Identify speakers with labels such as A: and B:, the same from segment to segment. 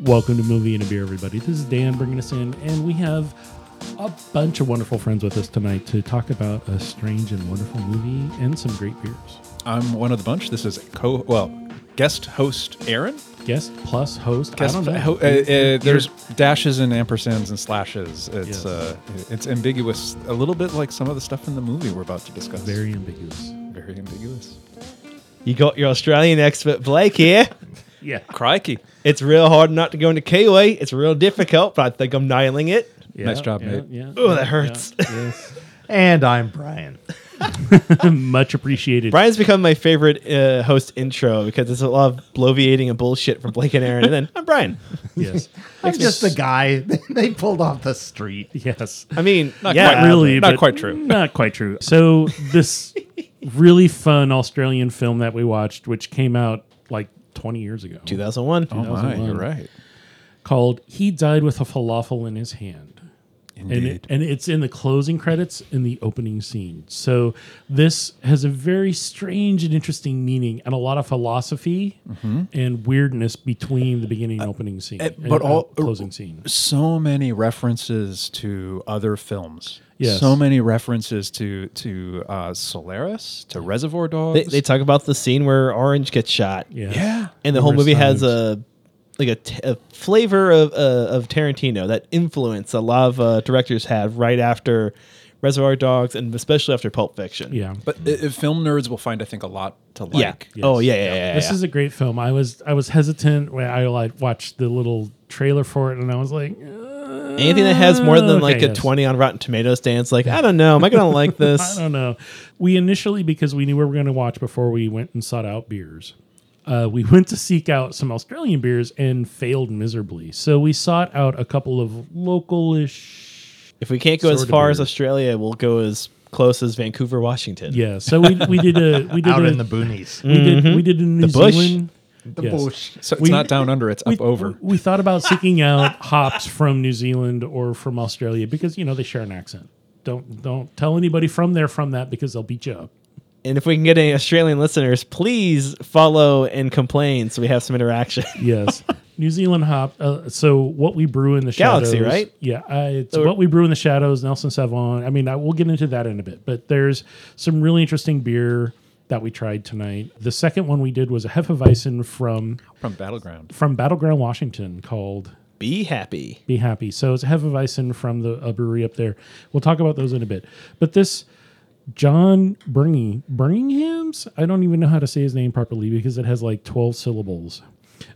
A: Welcome to Movie and a Beer, everybody. This is Dan bringing us in, and we have a bunch of wonderful friends with us tonight to talk about a strange and wonderful movie and some great beers.
B: I'm one of the bunch. This is co well guest host Aaron.
A: Guest plus host.
B: Guest
A: I don't know.
B: ho- uh, uh, there's dashes and ampersands and slashes. It's
A: Yes.
B: uh, it's ambiguous, a little bit like some of the stuff in the movie we're about to discuss.
A: very ambiguous.
B: very ambiguous.
C: You got your Australian expert Blake here.
A: Yeah.
B: Crikey!
C: It's real hard not to go into Kiwi. It's real difficult, but I think I'm nailing it.
B: Nice job,
A: yeah,
B: mate.
A: Yeah,
C: Oh,
A: yeah,
C: that hurts.
A: yeah, yes.
D: And I'm Brian.
A: Much appreciated.
C: Brian's become my favorite uh, host intro because there's a lot of bloviating and bullshit from Blake and Aaron, and then I'm Brian.
A: Yes.
D: I'm just the guy they pulled off the street.
A: Yes.
C: I mean,
B: Not
C: yeah,
B: quite
A: really,
B: not
A: but
B: quite true.
A: Not quite true. So this really fun Australian film that we watched, which came out like 20 years ago,
C: 2001.
B: Oh my,
A: 2001.
B: you're right.
A: called "He Died with a Falafel in His Hand." and
B: Indeed.
A: it, and it's in the closing credits in the opening scene. So this has a very strange and interesting meaning, and a lot of philosophy and weirdness between the beginning and opening scene, and,
B: Mm-hmm. Uh, eh, but all-
A: uh, closing scene.
B: so many references to other films.
A: Yes.
B: So many references to to uh, Solaris, to Reservoir Dogs.
C: They, they talk about the scene where Orange gets shot,
A: Yeah.
B: yeah.
C: and the whole
A: Numerous
C: movie
A: times.
C: has a like a, t- a flavor of uh, of Tarantino that influence a lot of uh, directors have right after Reservoir Dogs, and especially after Pulp Fiction.
A: Yeah.
B: But i i- film nerds will find, I think, a lot to like.
C: Yeah. Oh yeah, yeah, yeah. yeah,
A: This
C: yeah.
A: is a great film. I was I was hesitant when I like watched the little trailer for it, and I was like, uh,
C: Anything that has more than
A: Mm, okay,
C: like a
A: yes.
C: 20 on Rotten Tomatoes stands, like, I don't know. Am I going to like
A: I
C: this?
A: don't know. We initially because we knew we were going to watch before we went and sought out beers. Uh, we went to seek out some Australian beers and failed miserably. So we sought out a couple of localish.
C: if we can't go as
A: Sorta
C: far
A: weird.
C: as Australia, we'll go as close as Vancouver, Washington.
A: Yeah, so we, we did a we did
D: Out
A: a,
D: in the boonies.
A: we did we did a New
C: The bush.
A: Zealand
D: The
A: Yes.
D: bush.
B: So it's
A: We-
B: not down under, it's up over.
A: We thought about seeking out hops from New Zealand or from Australia because you know they share an accent. Don't don't tell anybody from there from that because they'll beat you up.
C: And if we can get any Australian listeners, please follow and complain so we have some interaction.
A: Yes. New Zealand hop. Uh, so what we brew in the
C: Galaxy,
A: shadows,
C: right?
A: Yeah, uh, it's
C: Or-
A: what we brew in the shadows. Nelson Savon. I mean, I, we'll get into that in a bit. But there's some really interesting beer that we tried tonight. The second one we did was a hefeweizen from
B: from Battleground.
A: from Battleground, Washington, called
C: Be happy.
A: be happy. So it's Hefeweizen from the a brewery up there. We'll talk about those in a bit. But this John Burning Birmingham's, I don't even know how to say his name properly because it has like 12 syllables.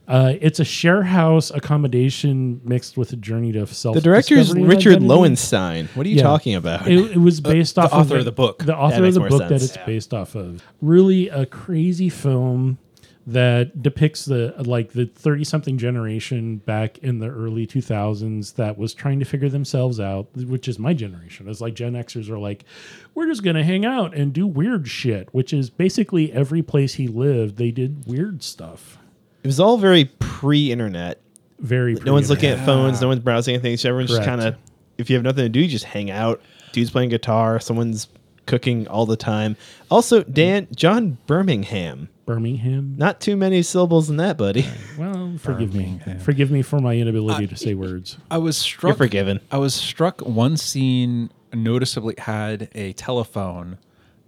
A: Uh, it's a share house accommodation mixed with a journey to self.
C: The director is Richard Lowenstein. What are you
A: Yeah.
C: talking about?
A: It, it was based off
B: author of the book.
A: The author of
C: makes
A: the
C: more
A: book that
C: sense.
A: it's based off of. Really, a crazy film that depicts the like the thirty something generation back in the early two thousands that was trying to figure themselves out, which is my generation. It's like Gen Xers are like, we're just gonna hang out and do weird shit, which is basically every place he lived, they did weird stuff.
C: It was all very pre-internet.
A: Very.
C: No one's
A: pre-internet.
C: looking at phones. No one's browsing anything. So everyone's just
A: Correct.
C: kind of, if you have nothing to do, you just hang out. Dude's playing guitar. Someone's cooking all the time. Also, Dan John Birmingham.
A: Birmingham.
C: Not too many syllables in that, buddy.
A: Well, forgive me. Forgive me for my inability to say words.
B: I was struck.
C: You're forgiven.
B: I was struck. One scene noticeably had a telephone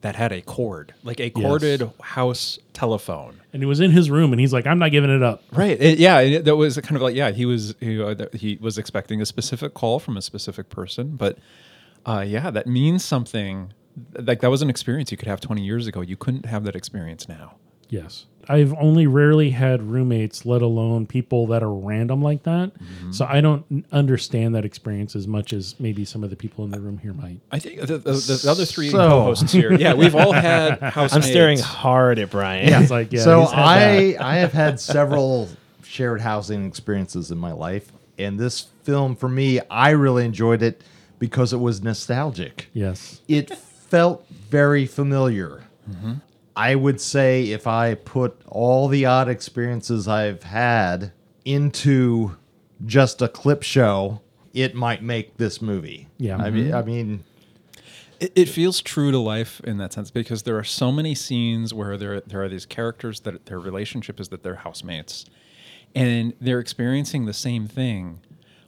B: that had a cord, like a corded house telephone.
A: And he was in his room, and he's like, "I'm not giving it up."
B: Right. It- yeah. It, that was kind of like yeah. He was he, uh, th- he was expecting a specific call from a specific person, but uh, yeah, that means something. Like that was an experience you could have 20 years ago. You couldn't have that experience now.
A: Yes. I've only rarely had roommates, let alone people that are random like that.
B: Mm-hmm.
A: So I don't n- understand that experience as much as maybe some of the people in the room here might.
B: I think the, the, the other three
D: So-
B: co-hosts here. Yeah, we've all had housemates.
C: I'm staring hard at Brian.
A: It's like, yeah.
D: so
A: he's had that.
D: I I have had several shared housing experiences in my life, and this film for me, I really enjoyed it because it was nostalgic.
A: Yes.
D: It felt very familiar. I would say if I put all the odd experiences I've had into just a clip show, it might make this movie.
A: Yeah.
D: I mean, I mean,
B: It, it feels true to life in that sense because there are so many scenes where there there are these characters that their relationship is that they're housemates, and they're experiencing the same thing,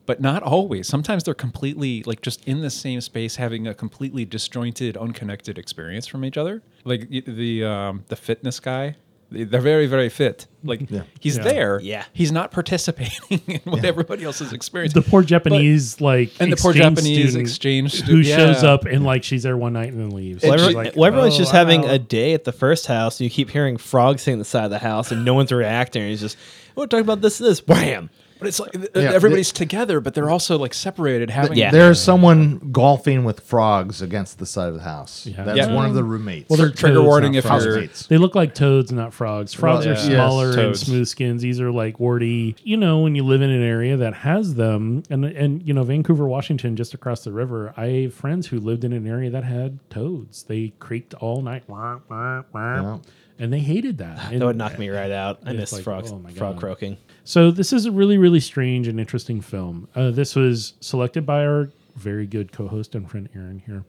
B: but not always. Sometimes they're completely like just in the same space, having a completely disjointed, unconnected experience from each other. Like y- the um, the fitness guy, they- they're very very fit. Like he's
A: Yeah.
B: there,
C: Yeah.
B: He's not participating in what everybody else is experiencing.
A: The poor Japanese, like,
B: And the poor
A: exchange
B: Japanese
A: student
B: exchange stu-
A: who shows
B: yeah.
A: up and like she's there one night and then leaves.
C: Well,
A: She's
C: everyone-
A: like,
C: well, everyone's just
A: "Oh, I'm
C: having
A: out."
C: a day at the first house, and you keep hearing frogs singing the side of the house, and no one's reacting. And he's just, we're talking about this and this. Wham!
B: But it's like th-
D: Yeah.
B: everybody's together, but they're also like separated, having
C: Yeah.
D: There's someone golfing with frogs against the side of the house.
A: Yeah.
D: That's
B: Yeah.
D: one of the roommates.
A: Well, they're
B: trigger
A: toads,
B: warning
A: not
B: if
A: frogs.
B: you're
D: Prostitutes.
A: They look like toads, not frogs. Frogs
D: Well,
A: are
D: yeah.
A: smaller
B: Yes,
A: and
B: toads.
A: smooth skins. These are like warty. You know, when you live in an area that has them, and and you know Vancouver, Washington, just across the river, I have friends who lived in an area that had toads. They creaked all night, wah, wah, wah,
D: Yeah.
A: and they hated that. And-
C: That would knock me right out. I
A: It's
C: miss
A: like,
C: frogs,
A: oh my
C: frog
A: God.
C: croaking.
A: So this is a really, really strange and interesting film. Uh, this was selected by our very good co-host and friend Aaron here,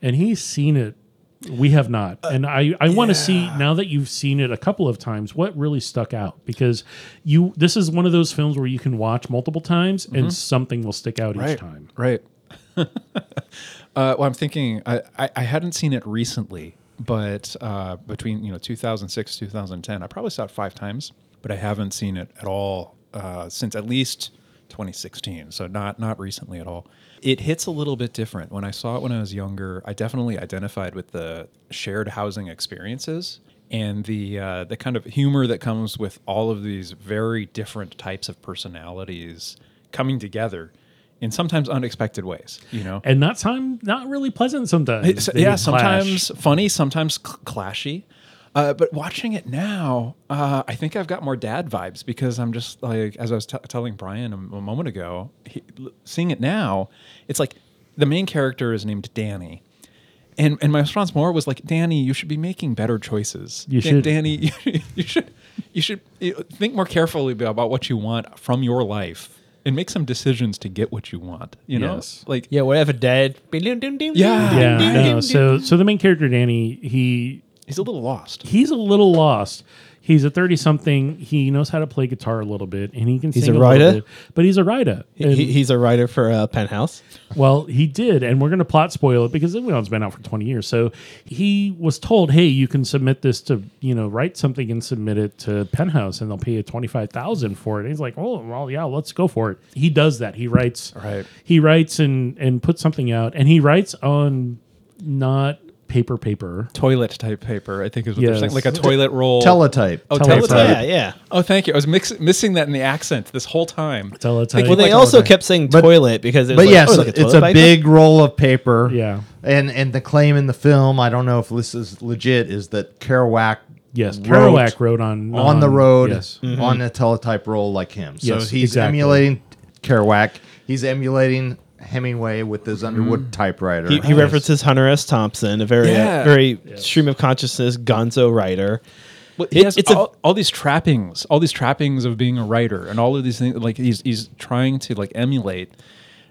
A: and he's seen it. We have not, and I I want to see now that you've seen it a couple of times what really stuck out because you this is one of those films where you can watch multiple times and something will stick out each time.
B: Mm-hmm. Right. uh, well, I'm thinking I, I, I hadn't seen it recently, but uh, between you know 2006 2010, I probably saw it five times, but I haven't seen it at all uh, since at least 2016. So not not recently at all. It hits a little bit different. When I saw it when I was younger, I definitely identified with the shared housing experiences and the uh, the kind of humor that comes with all of these very different types of personalities coming together in sometimes unexpected ways. You know,
A: And not time, not really pleasant sometimes.
B: it's-
A: They
B: yeah,
A: clash.
B: sometimes funny, sometimes cl- clashy. Uh, but watching it now, uh, I think I've got more dad vibes because I'm just like, as I was t- telling Brian a, a moment ago, he, l- seeing it now, it's like the main character is named Danny. And, and my response more was like, Danny, you should be making better choices.
A: You
B: Dan-
A: should.
B: Danny. You, should you should you know, think more carefully about what you want from your life and make some decisions to get what you want. You know,
A: Yes.
B: like
C: Yeah, whatever, dad.
B: Yeah.
A: yeah. no, so so the main character Danny, he
B: he's a little lost.
A: he's a little lost. He's a thirty something. He knows how to play guitar a little bit, and he can
C: He's
A: sing a
C: a
A: little
C: writer?
A: bit. But he's a writer. And,
C: He, he's a writer for uh, Penthouse.
A: well, he did, and we're going to plot spoil it because well, it's been out for twenty years. So he was told, "Hey, you can submit this to you know write something and submit it to Penthouse, and they'll pay you twenty five thousand for it." And he's like, "Oh, well, yeah, let's go for it." He does that. He writes.
B: Right.
A: He writes and and puts something out, and he writes on not paper paper.
B: toilet type paper. I think is what
A: Yes.
B: they're saying, like a toilet roll.
D: Teletype.
B: Oh,
A: Teletype.
B: teletype.
C: Yeah, yeah.
B: Oh, thank you. I was mix- missing that in the accent this whole time.
A: Teletype.
C: Well, they
A: Like
C: also
D: teletype.
C: kept saying
D: But-
C: toilet because it was
D: but
C: like,
D: yes,
C: oh, like a
D: it's
C: toilet
D: a
C: paper?
D: big roll of paper.
A: Yeah.
D: And and the claim in the film, I don't know if this is legit, is that Kerouac
A: Yes,
D: wrote
A: Kerouac wrote on
D: on the road
A: Um, Yes,
C: Mm-hmm.
D: on a teletype roll like him. So
A: Yes,
D: he's
A: exactly.
D: emulating Kerouac. He's emulating Hemingway with his Underwood typewriter.
C: Mm. He, he references Hunter S. Thompson, a very, uh,
B: Yeah.
C: very stream of consciousness gonzo writer.
B: Well, he
C: It-
B: has
C: it's a-
B: all, all these trappings, all these trappings of being a writer, and all of these things. Like he's he's trying to like emulate.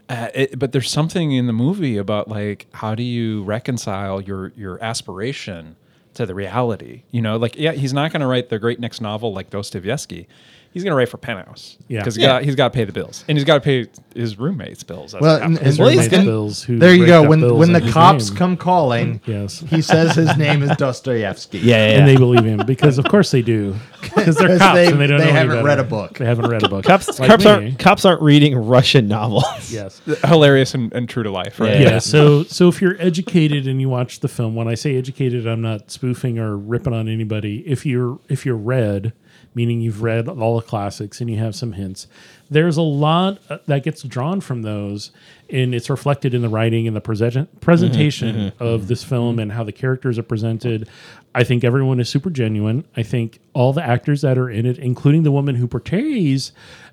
B: Uh, it, but there's something in the movie about like how do you reconcile your your aspiration to the reality? You know, like yeah, he's not going to write the great next novel like Dostoevsky. He's going to write for Penthouse.
A: Yeah.
B: because
A: Yeah.
B: he's got to pay the bills, and he's got to pay his roommates' bills. as it
D: Well,
B: happens.
D: and- and-
A: Well, he's
D: and-
A: got bills who
D: there you
A: raked
D: go.
A: up
D: When
A: bills
D: when
A: in
D: the
A: his
D: cops
A: name.
D: come calling,
A: Yes.
D: he says his name is Dostoevsky.
C: Yeah, yeah.
A: and they believe him because, of course, they do because they're
D: 'Cause
A: cops
D: they-
A: and they don't.
D: they
A: know any
D: haven't
A: better.
D: read a book.
A: They haven't read a book.
C: Cops,
A: Like
C: cops
A: me.
C: aren't cops aren't reading Russian novels.
A: Yes.
B: hilarious and, and true to life, right?
A: Yeah. So so if you're educated and you watch the film, when I say educated, I'm not spoofing or ripping on anybody. If you're if you're read, meaning you've read all the classics and you have some hints, there's a lot uh, that gets drawn from those, and it's reflected in the writing and the present, presentation of this film and how the characters are presented. I think everyone is super genuine. I think all the actors that are in it, including the woman who portrays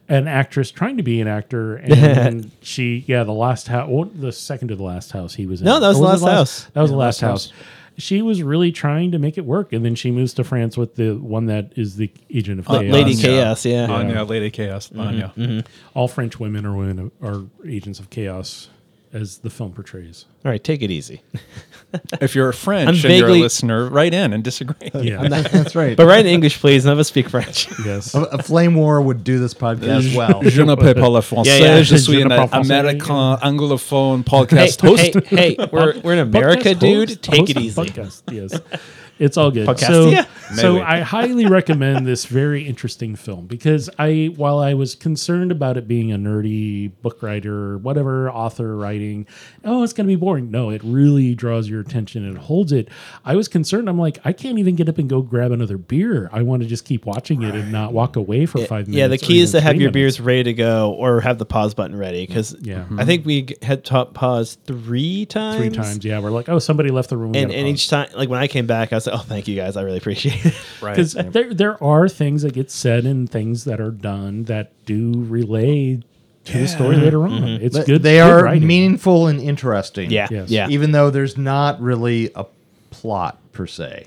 A: an actress trying to be an actor, and she, yeah, the last house, well, the second to the last house he was in.
C: No, that was
A: Or
C: the
A: it
C: last house.
A: That was the last house. She was really trying to make it work, and then she moves to France with the one that is the agent of
C: La-
A: chaos.
C: Uh, Lady Chaos, yeah. Mm-hmm.
B: Anya, Lady Chaos, Anya.
A: All French women are women of, are agents of chaos. as the film portrays.
C: All right, take it easy.
B: If you're a French and you're a
C: vaguely-
B: listener, write in and disagree.
A: Yeah.
D: That's right.
C: But write in English, please. None of us speak French.
A: yes.
D: a, a flame war would do this podcast well.
B: Je ne parle pas le français.
C: Yeah, yeah.
B: Je suis
A: Je
B: un
A: ne parle français.
B: American anglophone
C: Hey,
B: podcast host.
C: hey, hey, we're, we're in America,
A: Podcast
C: dude.
A: host-
C: take
A: host
C: it
A: of
C: easy.
A: Podcast, yes. It's all good.
C: Podcast,
A: so,
C: yeah.
A: so
B: Maybe.
A: I highly recommend this very interesting film because I, while I was concerned about it being a nerdy book writer, whatever author writing, oh, it's going to be boring. No, it really draws your attention and holds it. I was concerned. I'm like, I can't even get up and go grab another beer. I want to just keep watching it and not walk away for five minutes.
C: Yeah, the
A: or
C: key is
A: even
C: to have
A: three minutes. Mm,
C: your beers ready to go or have the pause button ready because
A: Yeah.
C: I think we g- had top pause three times.
A: three times. Yeah, we're like, oh, somebody left the room. we
C: And,
A: gotta
C: and
A: pause.
C: each time, like when I came back, I was like, oh, thank you guys. I really appreciate it.
A: because there there are things that get said and things that are done that do relay to the story later on. It's
D: But
A: good.
D: they
A: good
D: are
A: writing.
D: meaningful and interesting.
C: Yeah.
A: Yes.
C: Yeah.
D: Even though there's not really a plot per se.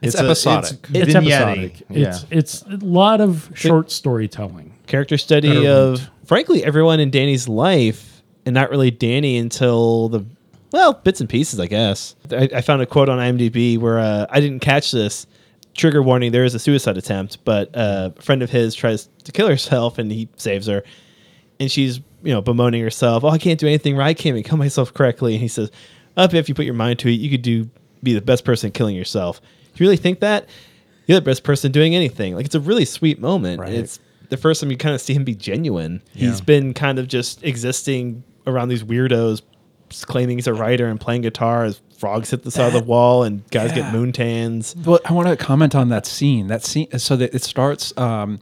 B: It's
D: a-
B: episodic.
A: It's
D: vignette-y.
A: episodic.
D: Yeah.
A: It's it's a lot of short storytelling.
C: Character study
A: Better
C: of, frankly, everyone in Danny's life and not really Danny until the, well, bits and pieces, I guess. I, I found a quote on IMDb where uh, I didn't catch this. Trigger warning there is a suicide attempt, but uh, a friend of his tries to kill herself and he saves her. and she's you know bemoaning herself. Oh, I can't do anything right. I can't even kill myself correctly. And he says, "Up, if you put your mind to it, you could do be the best person at killing yourself. Do you really think that? You're the best person doing anything. Like it's a really sweet moment.
B: Right.
C: It's the first time you kind of see him be genuine. He's been kind of just existing around these weirdos, claiming he's a writer and playing guitar as frogs hit the side of the wall and guys
B: yeah.
C: get moon tans.
B: Well, I want to comment on that scene. That scene, so that it starts. Um,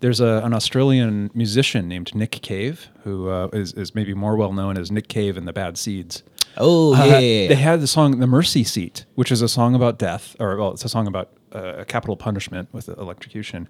B: there's a, an Australian musician named Nick Cave, who uh, is, is maybe more well known as Nick Cave and the Bad Seeds.
C: Oh
B: Uh, They had the song "The Mercy Seat," which is a song about death, or well, it's a song about uh, capital punishment with electrocution.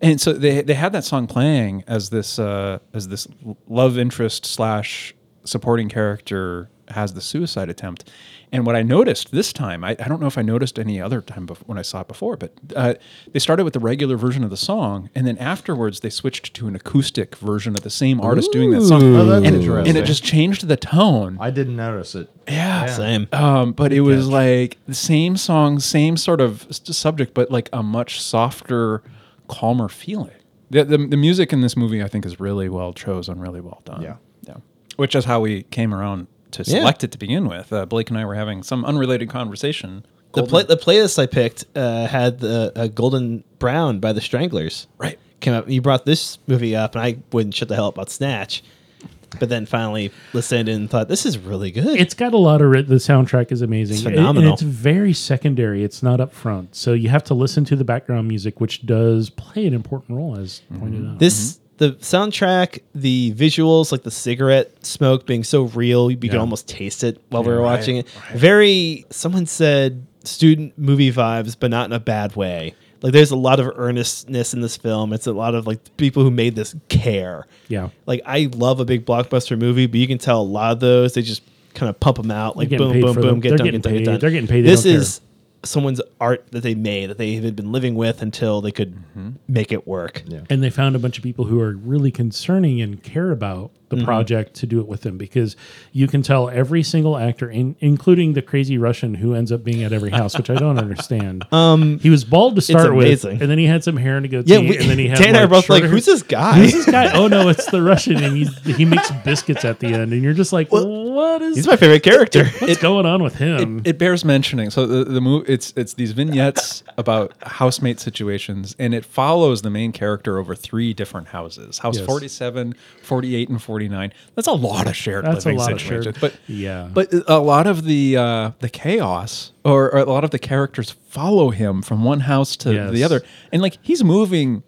B: And so they they had that song playing as this uh, as this l- love interest slash supporting character has the suicide attempt. And what I noticed this time, I, I don't know if I noticed any other time bef- when I saw it before, but uh, they started with the regular version of the song, and then afterwards they switched to an acoustic version of the same artist doing that song,
D: Oh, that's
B: and,
D: interesting.
B: and it just changed the tone.
D: I didn't notice it.
B: yeah,
C: Same.
B: um, but it was like the same song, same sort of s- subject, but like a much softer, calmer feeling. The, the, the music in this movie, I think, is really well chosen, really well done.
D: Yeah.
B: yeah. Which is how we came around to
C: Yeah.
B: select it to begin with. Uh, Blake and I were having some unrelated conversation.
C: The, play, the playlist I picked uh, had the uh, Golden Brown by the Stranglers.
B: Right.
C: Came up. You brought this movie up, and I wouldn't shut the hell up about Snatch, but then finally listened and thought this is really good.
A: It's got a lot of rit- the soundtrack is amazing.
C: It's
A: And-
C: phenomenal.
A: and it's very secondary. It's not up front, so you have to listen to the background music, which does play an important role, as
D: Mm-hmm.
A: pointed out.
C: this the soundtrack, the visuals, like the cigarette smoke being so real, you could almost taste it while we were watching it. Very. Someone said student movie vibes, but not in a bad way. Like there's a lot of earnestness in this film. It's a lot of like people who made this care.
A: yeah,
C: like I love a big blockbuster movie, but you can tell a lot of those they just kind of pump them out like
A: They're getting
C: boom,
A: paid
C: boom,
A: for
C: boom,
A: them.
C: get
A: They're
C: done,
A: getting
C: get done, get
A: paid.
C: done.
A: They're getting paid, they
C: This
A: don't care.
C: is someone's art that they made that they had been living with until they could make it work. Yeah.
A: and they found a bunch of people who are really concerning and care about the
C: Mm-hmm.
A: project to do it with them because you can tell every single actor in, including the crazy russian who ends up being at every house which i don't understand um he was bald to start with
C: amazing.
A: and then he had some hair and a goatee
C: Yeah, we,
A: and then he had
C: Dan and I
A: like,
C: are both
A: short
C: like,
A: hair.
C: who's this guy?
A: Who's this guy oh no it's the russian and he's, he makes biscuits at the end and you're just like what is
C: He's my favorite character.
A: what's going on with him
B: It bears mentioning. So the, the movie, it's it's these vignettes about housemate situations, and it follows the main character over three different houses: house
A: Yes.
B: 47, 48, and 49. That's a lot of shared
A: That's a
B: living
A: lot of
B: situations.
A: shared-
B: but
A: yeah.
B: but a lot of the uh, the chaos, or, or a lot of the characters follow him from one house to
A: Yes.
B: the other, and like he's moving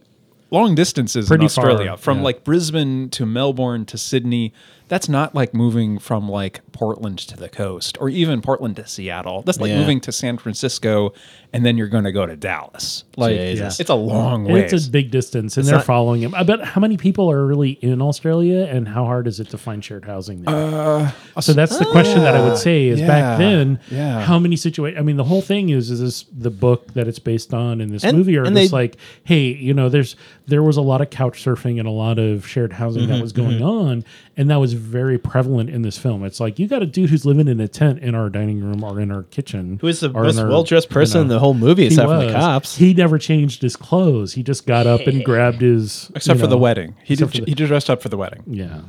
B: long distances in
A: Pretty far,
B: Australia from
A: yeah.
B: like Brisbane to Melbourne to Sydney. That's not like moving from like Portland to the coast or even Portland to Seattle. That's like
C: Yeah.
B: moving to San Francisco and then you're going to go to Dallas. Like
C: Jesus.
B: it's a long
A: And
B: way.
A: It's a big distance, and they're
C: not-
A: following him. I bet how many people are really in Australia, and how hard is it to find shared housing there?
C: Uh,
A: so that's the question that I would say is
B: yeah,
A: back then,
B: yeah.
A: how many situations? I mean, the whole thing is is this the book that it's based on and this
C: And-
A: movie are
C: and
A: just
C: they-
A: like, hey,
C: Mm-hmm,
A: you know, there's there was a lot of couch surfing and a lot of shared housing that was going on, and that was very prevalent in this film. It's like you got a dude who's living in a tent in our dining room or in our kitchen.
C: Who is the
A: or in
C: most
A: our-
C: well dressed
A: you
C: person in
A: know.
C: the whole movie
A: He
C: aside from the
A: was.
C: cops?
A: He never changed his clothes. He just got up and grabbed his
B: except
A: you
B: for the
A: know,
B: wedding. He did,
A: except for the-
B: he just dressed up for the wedding.
A: Yeah.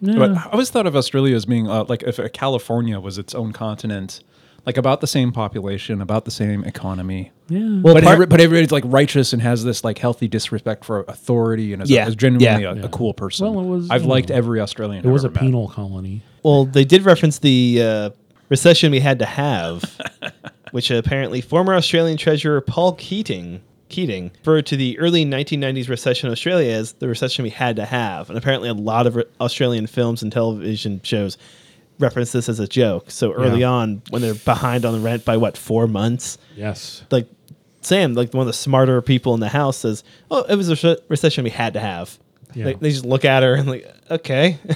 B: But
A: Yeah.
B: I always thought of Australia as being uh, like if uh, California was its own continent, like about the same population, about the same economy.
A: yeah.
C: Well,
B: but,
C: part-
B: every, but everybody's like righteous and has this like healthy disrespect for authority and is,
C: Yeah,
B: is genuinely
C: yeah.
B: a, a cool person.
A: Well, it was,
B: I've
A: you
B: liked
A: know,
B: every Australian.
A: it
B: I've
A: was a
B: ever met.
A: penal colony.
C: Well, they did reference the uh, recession we had to have, which apparently former Australian Treasurer Paul Keating Keating referred to the early 1990s recession in Australia as the recession we had to have, and apparently a lot of re- Australian films and television shows reference this as a joke. So early
A: Yeah.
C: on, when they're behind on the rent by what four months,
A: Yes.
C: like Sam, like one of the smarter people in the house, says, "Oh, it was a rece- recession we had to have."
A: Yeah.
C: Like, they just look at her and like, okay.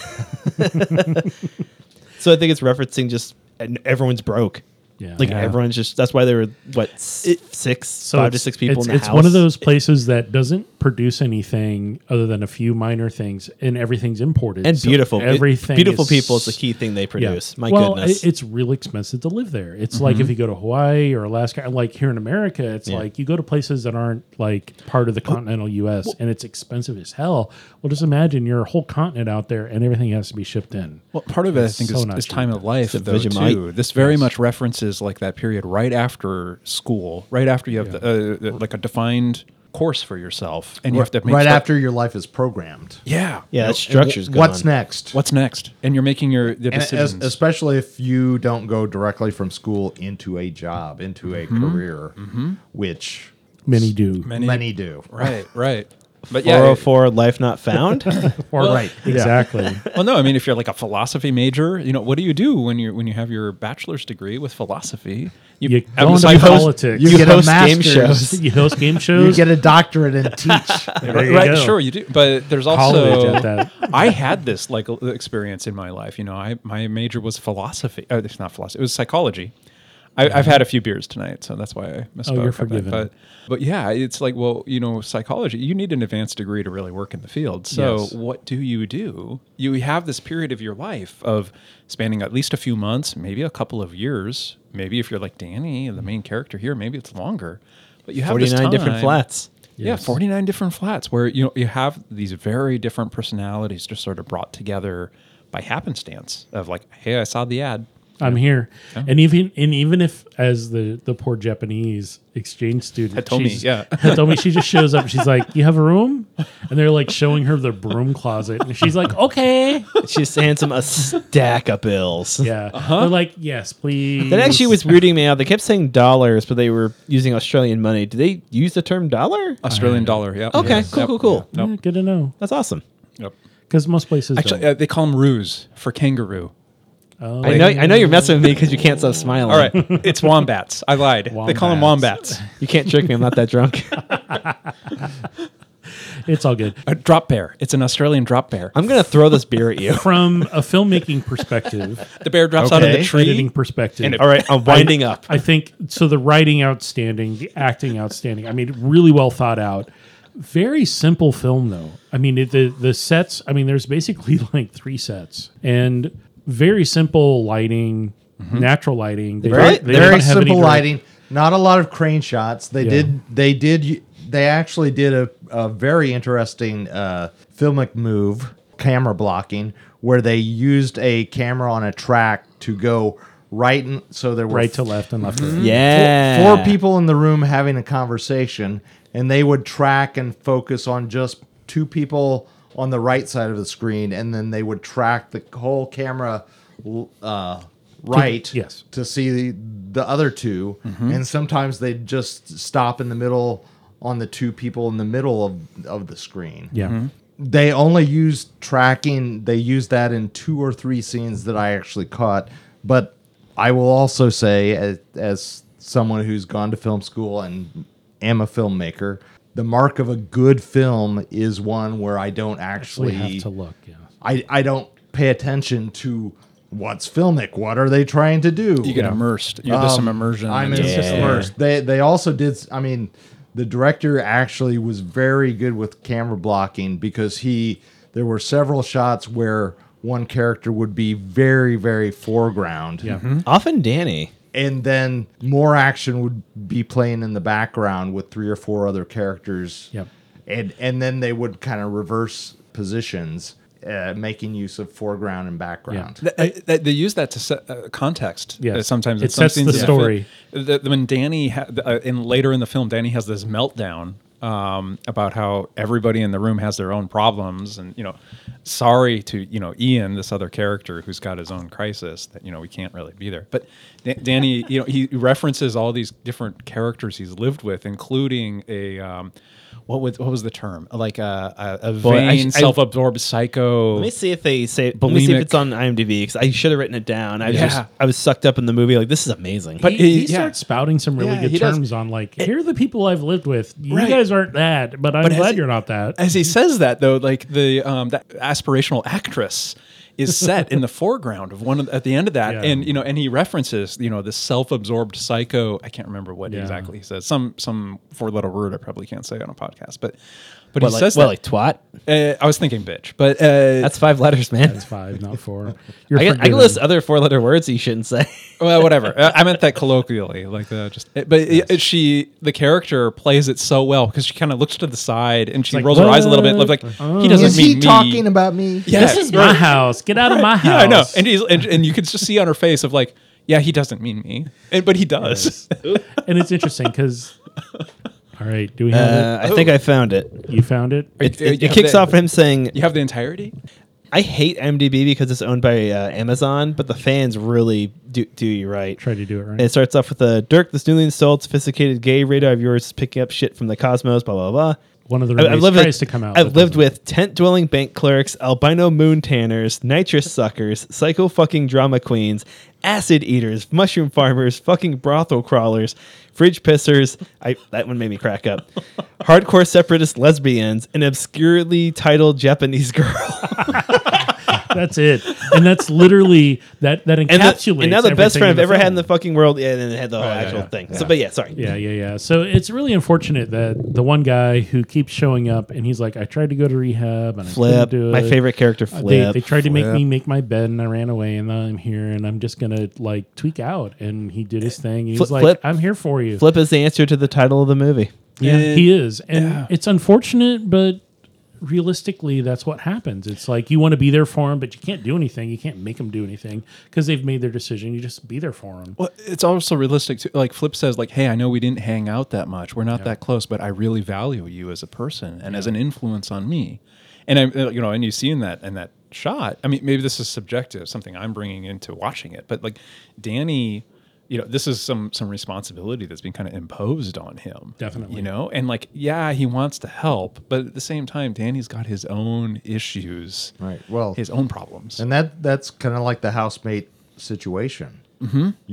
C: so I think it's referencing just and everyone's broke.
A: Yeah.
C: Like
A: Yeah.
C: everyone's just that's why there were what s- six, five to six people
A: it's,
C: in the
A: it's
C: house.
A: one of those places that doesn't produce anything other than a few minor things, and everything's imported
C: and
A: So
C: beautiful It-
A: everything,
C: beautiful
A: is-
C: people is the key thing they
A: Yeah.
C: produce. My
A: well,
C: goodness,
A: i- it's real expensive to live there. It's like if you go to Hawaii or Alaska, like here in America, it's like you go to places that aren't like part of the continental U.S. and it's expensive as hell. Well, just imagine your whole continent out there, and everything has to be shipped in.
B: Well, part of it, I think,
A: so
B: is,
A: not
B: is
A: cheap.
B: time of life,
C: a
B: though,
C: Vegemite.
B: too. This very much references like that period right after school, right after you have the, uh, uh, like a defined course for yourself, and you have to make
D: right
B: stuff-
D: after your life is programmed.
B: Yeah,
C: yeah, that
B: No,
C: structure's gone.
D: What's next?
B: What's next? And you're making your the
D: And
B: decisions.
D: es- especially if you don't go directly from school into a job, into a career, which
A: Many do.
D: many, do.
B: right, right. But
C: Four
B: yeah,
C: hundred four, life not found.
A: Or,
B: Well-
D: Right.
A: Exactly.
B: well, no, I mean, if you're like a philosophy major, you know, what do you do when you when you have your bachelor's degree with philosophy?
A: You
B: have
A: go
B: a
A: into
B: psychology-
A: politics.
D: You,
C: You
D: get
C: host
D: a
C: game
D: master's.
C: shows.
A: you host game
D: You
A: shows.
D: get a doctorate and teach.
A: There you go.
B: right, sure, you do. But there's also
A: College at that.
B: I had this like l- experience in my life. You know, I my major was philosophy. Oh, it's not philosophy. It was psychology. I, I've had a few beers tonight, so that's why I misspoke.
A: Oh, you're
B: I think.
A: forgiven.
B: But but yeah, it's like well, you know, psychology. You need an advanced degree to really work in the field. So
A: Yes.
B: what do you do? You have this period of your life of spanning at least a few months, maybe a couple of years. Maybe if you're like Danny, the main character here, maybe it's longer. But you have
C: Forty
B: this
C: nine different
B: time-
C: flats.
B: yeah,
A: Yes.
B: 49 different flats where you know you have these very different personalities just sort of brought together by happenstance of like, hey, I saw the ad.
A: I'm here. And even and even if as the the poor Japanese exchange student
B: Hatomi,
A: she's-
B: yeah.
A: Hatomi, she just shows up and she's like, You have a room? And they're like showing her the broom closet. And she's like, Okay.
C: She just hands him a stack of bills.
A: Yeah. They're like, Yes, please.
C: That actually was weirding me out. They kept saying dollars, but they were using Australian money. Do they use the term dollar?
B: Australian dollar, yeah.
C: Okay,
B: Yeah.
C: cool,
B: Yep.
C: cool, cool.
A: Yeah, good to know.
C: That's awesome.
B: Yep.
A: Because most places
B: Actually,
A: don't.
B: uh, they call them ruse for kangaroo.
C: I know, I know you're messing with me because you can't stop smiling.
B: All right, it's wombats. I lied. They call them
A: Wombats.
B: wombats.
C: you can't trick me. I'm not that drunk.
A: it's all good.
B: A drop bear. It's an Australian drop bear.
C: I'm gonna throw this beer at you.
A: From a filmmaking perspective,
B: the bear drops out of
D: Okay.
B: the tree.
A: editing perspective.
C: All right, I'm winding up.
A: I think so. The writing outstanding, the acting outstanding. I mean, really well thought out. Very simple film though. I mean, it, the the sets. I mean, there's basically like three sets and very simple lighting, natural lighting. They
D: Mm-hmm. Very,
A: don't- they
D: very
A: don't have any
D: simple
A: direct-
D: lighting. Not a lot of crane shots. They did. They did. They actually did a, a very interesting uh, filmic move, camera blocking, where they used a camera on a track to go right. In, so there were
A: Right to left and left
D: Mm-hmm.
A: to
B: Mm-hmm.
A: right.
C: Yeah,
D: four people in the room having a conversation, and they would track and focus on just two people on the right side of the screen, and then they would track the whole camera l- uh, right
A: yes. Mm-hmm.
D: to see the, the other 2 and sometimes they'd just stop in the middle on the two people in the middle of, of the screen
A: Yeah.
D: they only used tracking they used that in two or three scenes that i actually caught but i will also say as, as someone who's gone to film school and am a filmmaker the mark of a good film is one where i don't
A: We
D: actually
A: have to look. Yeah.
D: I, I don't pay attention to what's filmic what are they trying to do
B: You get
A: Yeah.
B: immersed. You there's some
D: um,
B: immersion.
D: I'm
B: into
D: in-
B: it.
D: just immersed. They they also did. s- I mean, the director actually was very good with camera blocking because he there were several shots where one character would be very, very foreground.
A: Yeah.
B: Mm-hmm.
C: Often Danny.
D: And then more action would be playing in the background with three or four other characters.
A: Yep.
D: And and then they would kind of reverse positions, uh, making use of foreground and background.
B: Th- th- th- they use that to set uh, context.
A: Yes.
B: uh, sometimes in
A: It
B: some
A: sets
B: scenes
A: the
B: in
A: story.
B: film. Th- th- when Danny ha- th- uh, in later in the film, Danny has this meltdown um, about how everybody in the room has their own problems, and you know, sorry to you know Ian, this other character who's got his own crisis that you know we can't really be there. But Da- Danny, you know, he references all these different characters he's lived with, including a. Um, what was what was the term? Like a a, a
C: Boy, I
B: vain,
C: sh- I-
B: self-absorbed psycho.
C: Let me see if they say. Let me see
B: Bulimic.
C: if it's on IMDb because I should have written it down. I was
B: Yeah.
C: just I was sucked up in the movie. Like this is amazing.
B: But
A: he, he
B: it- yeah.
A: starts spouting some really
B: Yeah, he
A: good
B: does.
A: terms on like here are the people I've lived with. You
B: Right.
A: guys aren't that, but I'm
B: But as
A: glad
B: he-
A: you're not that.
B: as he says that though, like the um, that aspirational actress is set in the foreground of one of, at the end of that,
A: Yeah.
B: and you know, and he references you know this self-absorbed psycho. I can't remember what
A: Yeah.
B: exactly he says. Some some four letter word I probably can't say on a podcast, but but
C: What,
B: he
C: like,
B: says
C: what,
B: that.
C: like twat.
B: uh, I was thinking bitch, but uh,
C: That's five letters, man.
A: It's five, not four. You're
C: I can, I can
A: forgiven.
C: list other four letter words you shouldn't say.
B: well, whatever. I I meant that colloquially, like the just. it- But it- it- she, the character, plays it so well because she kind of looks to the side and she
A: like, Uh-huh.
B: rolls her eyes a little bit, like he doesn't
D: Is
B: mean
D: he
B: me.
D: talking about me?
B: Yeah.
A: This is my house. Get out of my house.
B: Yeah, I know. And he's and, and you can just see on her face of like, yeah, he doesn't mean me, and, but he does.
A: and it's interesting because. All right, do we have
C: Uh, I think I found it.
A: it? Uh-huh. You found it.
C: It,
B: you
C: it, it
B: have
C: kicks
B: the-
C: off him saying,
B: you have the entirety.
C: "I hate IMDb because it's owned by uh, Amazon, but the fans really do do you right."
A: Try to do it right.
C: And it starts off with a uh, Dirk, this newly installed sophisticated gay radar of yours, is picking up shit from the cosmos. Blah blah blah.
A: One of the
C: I-
A: roommates
C: I've lived,
A: tries
C: with,
A: to come out.
C: I've
A: but
C: lived
A: doesn't.
C: with tent dwelling bank clerks, albino moon tanners, nitrous suckers, psycho fucking drama queens, acid eaters, mushroom farmers, fucking brothel crawlers, fridge pissers. I that one made me crack up. Hardcore separatist lesbians, an obscurely titled Japanese girl.
A: That's it, and that's literally that. That
C: and, the-
A: encapsulates.
C: and now the best
A: everything
C: friend I've
A: the
C: ever had in
A: film. Oh,
C: the fucking world. Yeah, and then they had the whole
B: yeah,
C: actual
B: yeah.
C: thing. So but yeah, sorry.
A: Yeah, yeah, yeah. So it's really unfortunate that the one guy who keeps showing up and he's like, I tried to go to rehab and I
C: Flip.
A: couldn't do it.
C: My favorite character
A: Uh, They,
C: Flip.
A: they tried to make
D: Flip.
A: me make my bed and I ran away and now I'm here and I'm just gonna like tweak out and he did his thing. He's
C: Flip-
A: like,
C: Flip-
A: I'm here for you.
C: Flip is the answer to the title of the movie.
A: Yeah,
B: And-
A: he is, and it's unfortunate, but realistically, that's what happens. It's like you want to be there for him, but you can't do anything. You can't make them do anything because they've made their decision. You just be there for them.
B: Well, it's also realistic too. Like Flip says, like, hey, I know we didn't hang out that much. We're not that close, but I really value you as a person and as an influence on me. And I'm, uh, you know, and you see in that in that shot. I mean, maybe this is subjective, something I'm bringing into watching it, but like Danny. You know, this is some some responsibility that's been kind of imposed on him.
A: Definitely.
B: You know, and like, yeah, he wants to help, but at the same time, Danny's got his own issues,
D: Right. Well,
B: his own problems.
D: And that that's kind of like the housemate situation.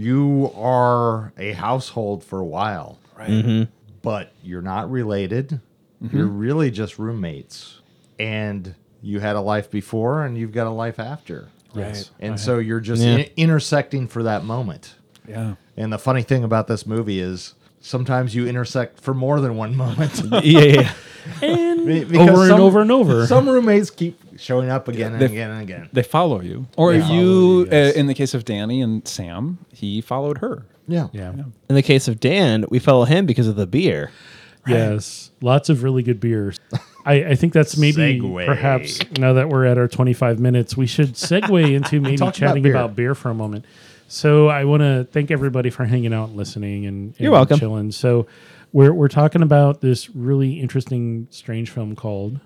D: You are a household for a while,
B: right.
D: but you're not related. You're really just roommates, and you had a life before, and you've got a life after.
A: Yes.
D: And so you're just
C: Yeah.
D: in- intersecting for that moment.
B: Yeah.
D: And the funny thing about this movie is sometimes you intersect for more than one moment.
C: yeah, yeah, yeah.
A: And
D: Be- because
A: over and
D: some-
A: over and over.
D: Some roommates keep showing up again and
B: they-
D: again and again.
B: they follow you or
D: They
B: if
D: follow
B: you
D: you, yes.
B: uh, in the case of danny and sam he followed her
D: Yeah.
A: yeah.
C: In the case of Dan, we follow him because of the beer.
A: Yes, lots of really good beers. I, I think that's maybe
D: Segue.
A: perhaps now that we're at our 25 minutes, we should segue into maybe
D: Talking about
A: chatting
D: beer.
A: about beer for a moment. So I want to thank everybody for hanging out and listening and, and
C: You're welcome.
A: chilling. So we're, we're talking about this really interesting, strange film called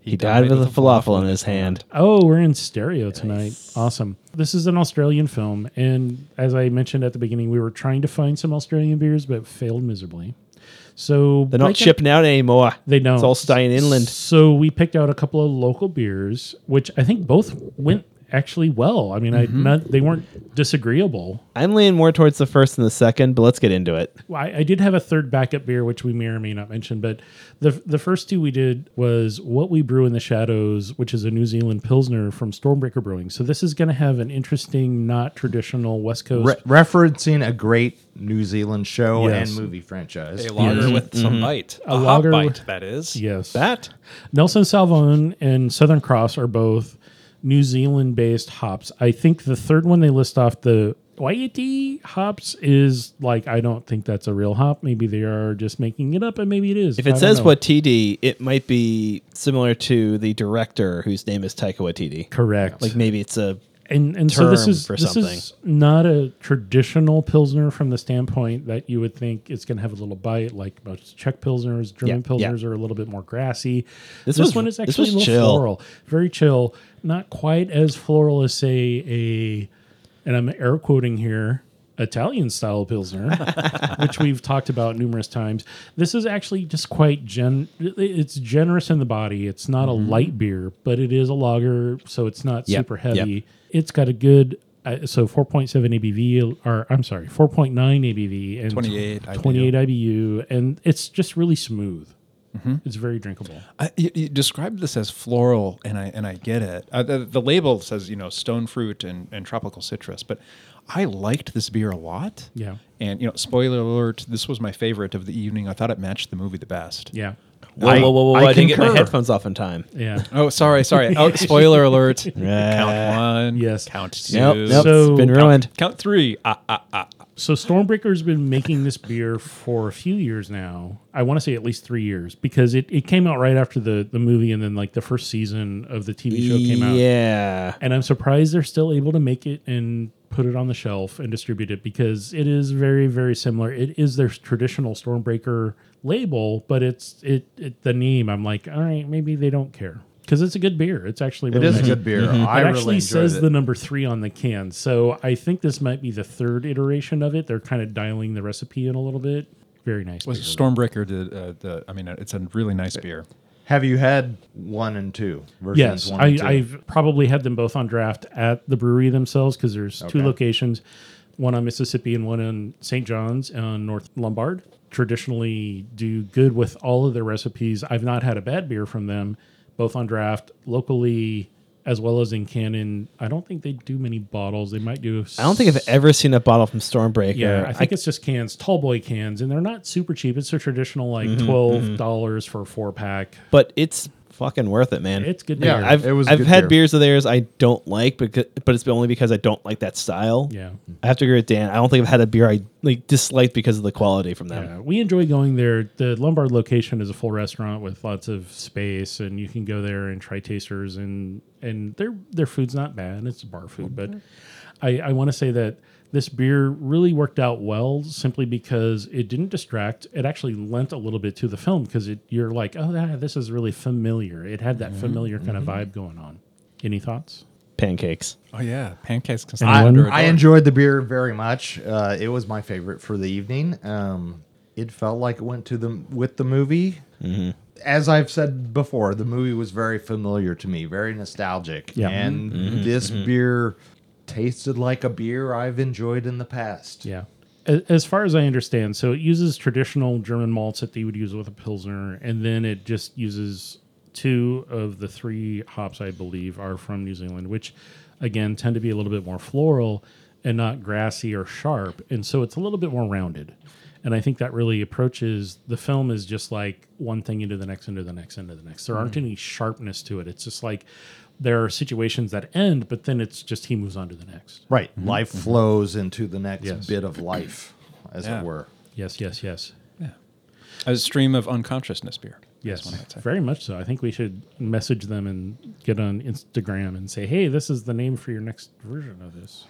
C: He, died, with a falafel in his hand.
A: Oh, we're in stereo tonight. Awesome. This is an Australian film. And as I mentioned at the beginning, we were trying to find some Australian beers, but failed miserably. So
C: They're not
A: breaking-
C: shipping out anymore.
A: They don't.
C: It's all staying inland.
A: So we picked out a couple of local beers, which I think both went actually well. I mean,
C: Mm-hmm.
A: I not, they weren't disagreeable.
C: I'm leaning more towards the first and the second, but let's get into it.
A: Well, I, I did have a third backup beer, which we may or may not mention, but the the first two we did was what we brew in the shadows, which is a New Zealand pilsner from Stormbreaker Brewing. So this is going to have an interesting, not traditional West Coast.
D: Re- referencing a great New Zealand show
A: Yes.
D: and movie franchise.
B: a lager with some bite a, hot
A: lager
B: bite
A: with-
B: that is
A: yes,
C: That
A: Nelson Salvon and Southern Cross are both New Zealand based hops. I think the third one they list off the Waiate hops is like I don't think that's a real hop. Maybe they are just making it up, and maybe it is.
C: If
A: I
C: it
A: don't
C: says
A: know.
C: Watiti, it might be similar to the director whose name is Taika Waititi.
A: correct,
C: Like maybe it's a
A: and and so this
C: term
A: is
C: for
A: this
C: something.
A: is not a traditional pilsner from the standpoint that you would think it's going to have a little bite, like most Czech pilsners, German
C: Yeah, yeah.
A: pilsners are a little bit more grassy.
C: This
A: This,
C: was-
A: one is
C: this
A: actually
C: was
A: a little
C: chill.
A: floral, very chill, not quite as floral as say a, and I'm air quoting here. Italian style pilsner, which we've talked about numerous times. This is actually just quite gen. It's generous in the body. It's not a light beer, but it is a lager, so it's not
C: Mm-hmm. Yep,
A: super
C: yep.
A: heavy. It's got a good uh, so 4.7 ABV or I'm sorry, 4.9 ABV and
B: 28 IBU.
A: 28 IBU and it's just really smooth.
C: Mm-hmm.
A: It's very drinkable.
B: I, you, you described this as floral, and I and I get it. Uh, the, the label says you know stone fruit and, and tropical citrus, but I liked this beer a lot.
A: Yeah.
B: And you know, spoiler alert: this was my favorite of the evening. I thought it matched the movie the best.
A: Yeah.
C: whoa,
D: I-
C: whoa, whoa, whoa! I,
D: I
C: didn't get my
D: concur.
C: headphones off in time.
A: Yeah.
B: Oh, sorry, sorry. Oh, spoiler alert.
C: Yeah.
B: Count one.
A: Yes.
B: Count two.
C: Uh, Nope, nope.
A: So-
C: it's been ruined.
B: Count three. Ah, ah, ah.
A: So Stormbreaker's been making this beer for a few years now. I want to say at least 3 years because it, it came out right after the the movie and then like the first season of the TV show came out.
C: Yeah.
A: And I'm surprised they're still able to make it and put it on the shelf and distribute it because it is very, very similar. It is their traditional Stormbreaker label, but it's it, it the name. I'm like, all right, maybe they don't care because it's a good beer. It's actually
D: It
A: really
D: is a
A: nice.
D: good beer. I
A: it
D: really
A: actually
D: enjoyed
A: says
D: it.
A: the number three on the can, so I think this might be the third iteration of it. They're kind of dialing the recipe in a little bit. Very nice.
B: Was
A: beer.
B: Stormbreaker the uh, the? I mean, it's a really nice beer.
D: Have you had one and two versions?
A: Yes,
D: one
A: I,
D: and two?
A: I've probably had them both on draft at the brewery themselves because there's two
D: Okay.
A: locations, one on Mississippi and one in St. John's on North Lombard. Traditionally, do good with all of their recipes. I've not had a bad beer from them, both on draft locally as well as in Cannon. I don't think they do many bottles. They might do.
C: I don't think I've ever seen a bottle from Stormbreaker.
A: Yeah, I think it's just cans, tall boy cans, and they're not super cheap. It's a traditional like twelve dollars for a four pack.
C: but it's fucking worth it, man.
A: It's good.
D: Yeah,
A: beer.
C: I've
D: It was a
C: I've
D: good
C: had
D: beer.
C: beers of theirs I don't like, but but it's only because I don't like that style.
A: yeah.
C: I have to agree with Dan. I don't think I've had a beer I like disliked because of the quality from them.
A: Yeah, we enjoy going there. The Lombard location is a full restaurant with lots of space, and you can go there and try tasters and and their their food's not bad. It's bar food, but I, I want to say that this beer really worked out well simply because it didn't distract. It actually lent a little bit to the film because it you're like, oh, yeah, this is really familiar. It had that familiar kind of vibe going on. Any thoughts?
C: Pancakes.
B: Oh yeah, pancakes. Can
A: I-
B: stand under a
D: I
B: door.
D: enjoyed the beer very much. Uh, it was my favorite for the evening. Um, it felt like it went to the with the movie.
A: Mm-hmm.
D: As I've said before, the movie was very familiar to me, very nostalgic,
A: Yeah. Mm-hmm.
D: and this beer tasted like a beer I've enjoyed in the past.
A: Yeah. A- As far as I understand, so it uses traditional German malts that they would use with a Pilsner, and then it just uses two of the three hops, I believe, are from New Zealand, which again tend to be a little bit more floral and not grassy or sharp. And so it's a little bit more rounded. And I think that really approaches the film is just like one thing into the next, into the next, into the next. There aren't any sharpness to it. It's just like there are situations that end, but then it's just he moves on to the next.
D: Right, life flows into the next
A: Mm-hmm. Yes.
D: bit of life, as
B: Yeah.
D: it were.
A: Yes, yes, yes.
B: a stream of unconsciousness beer.
A: Yes,
B: That's what I'd say.
A: very much so. I think we should message them and get on Instagram and say, "Hey, this is the name for your next version of this."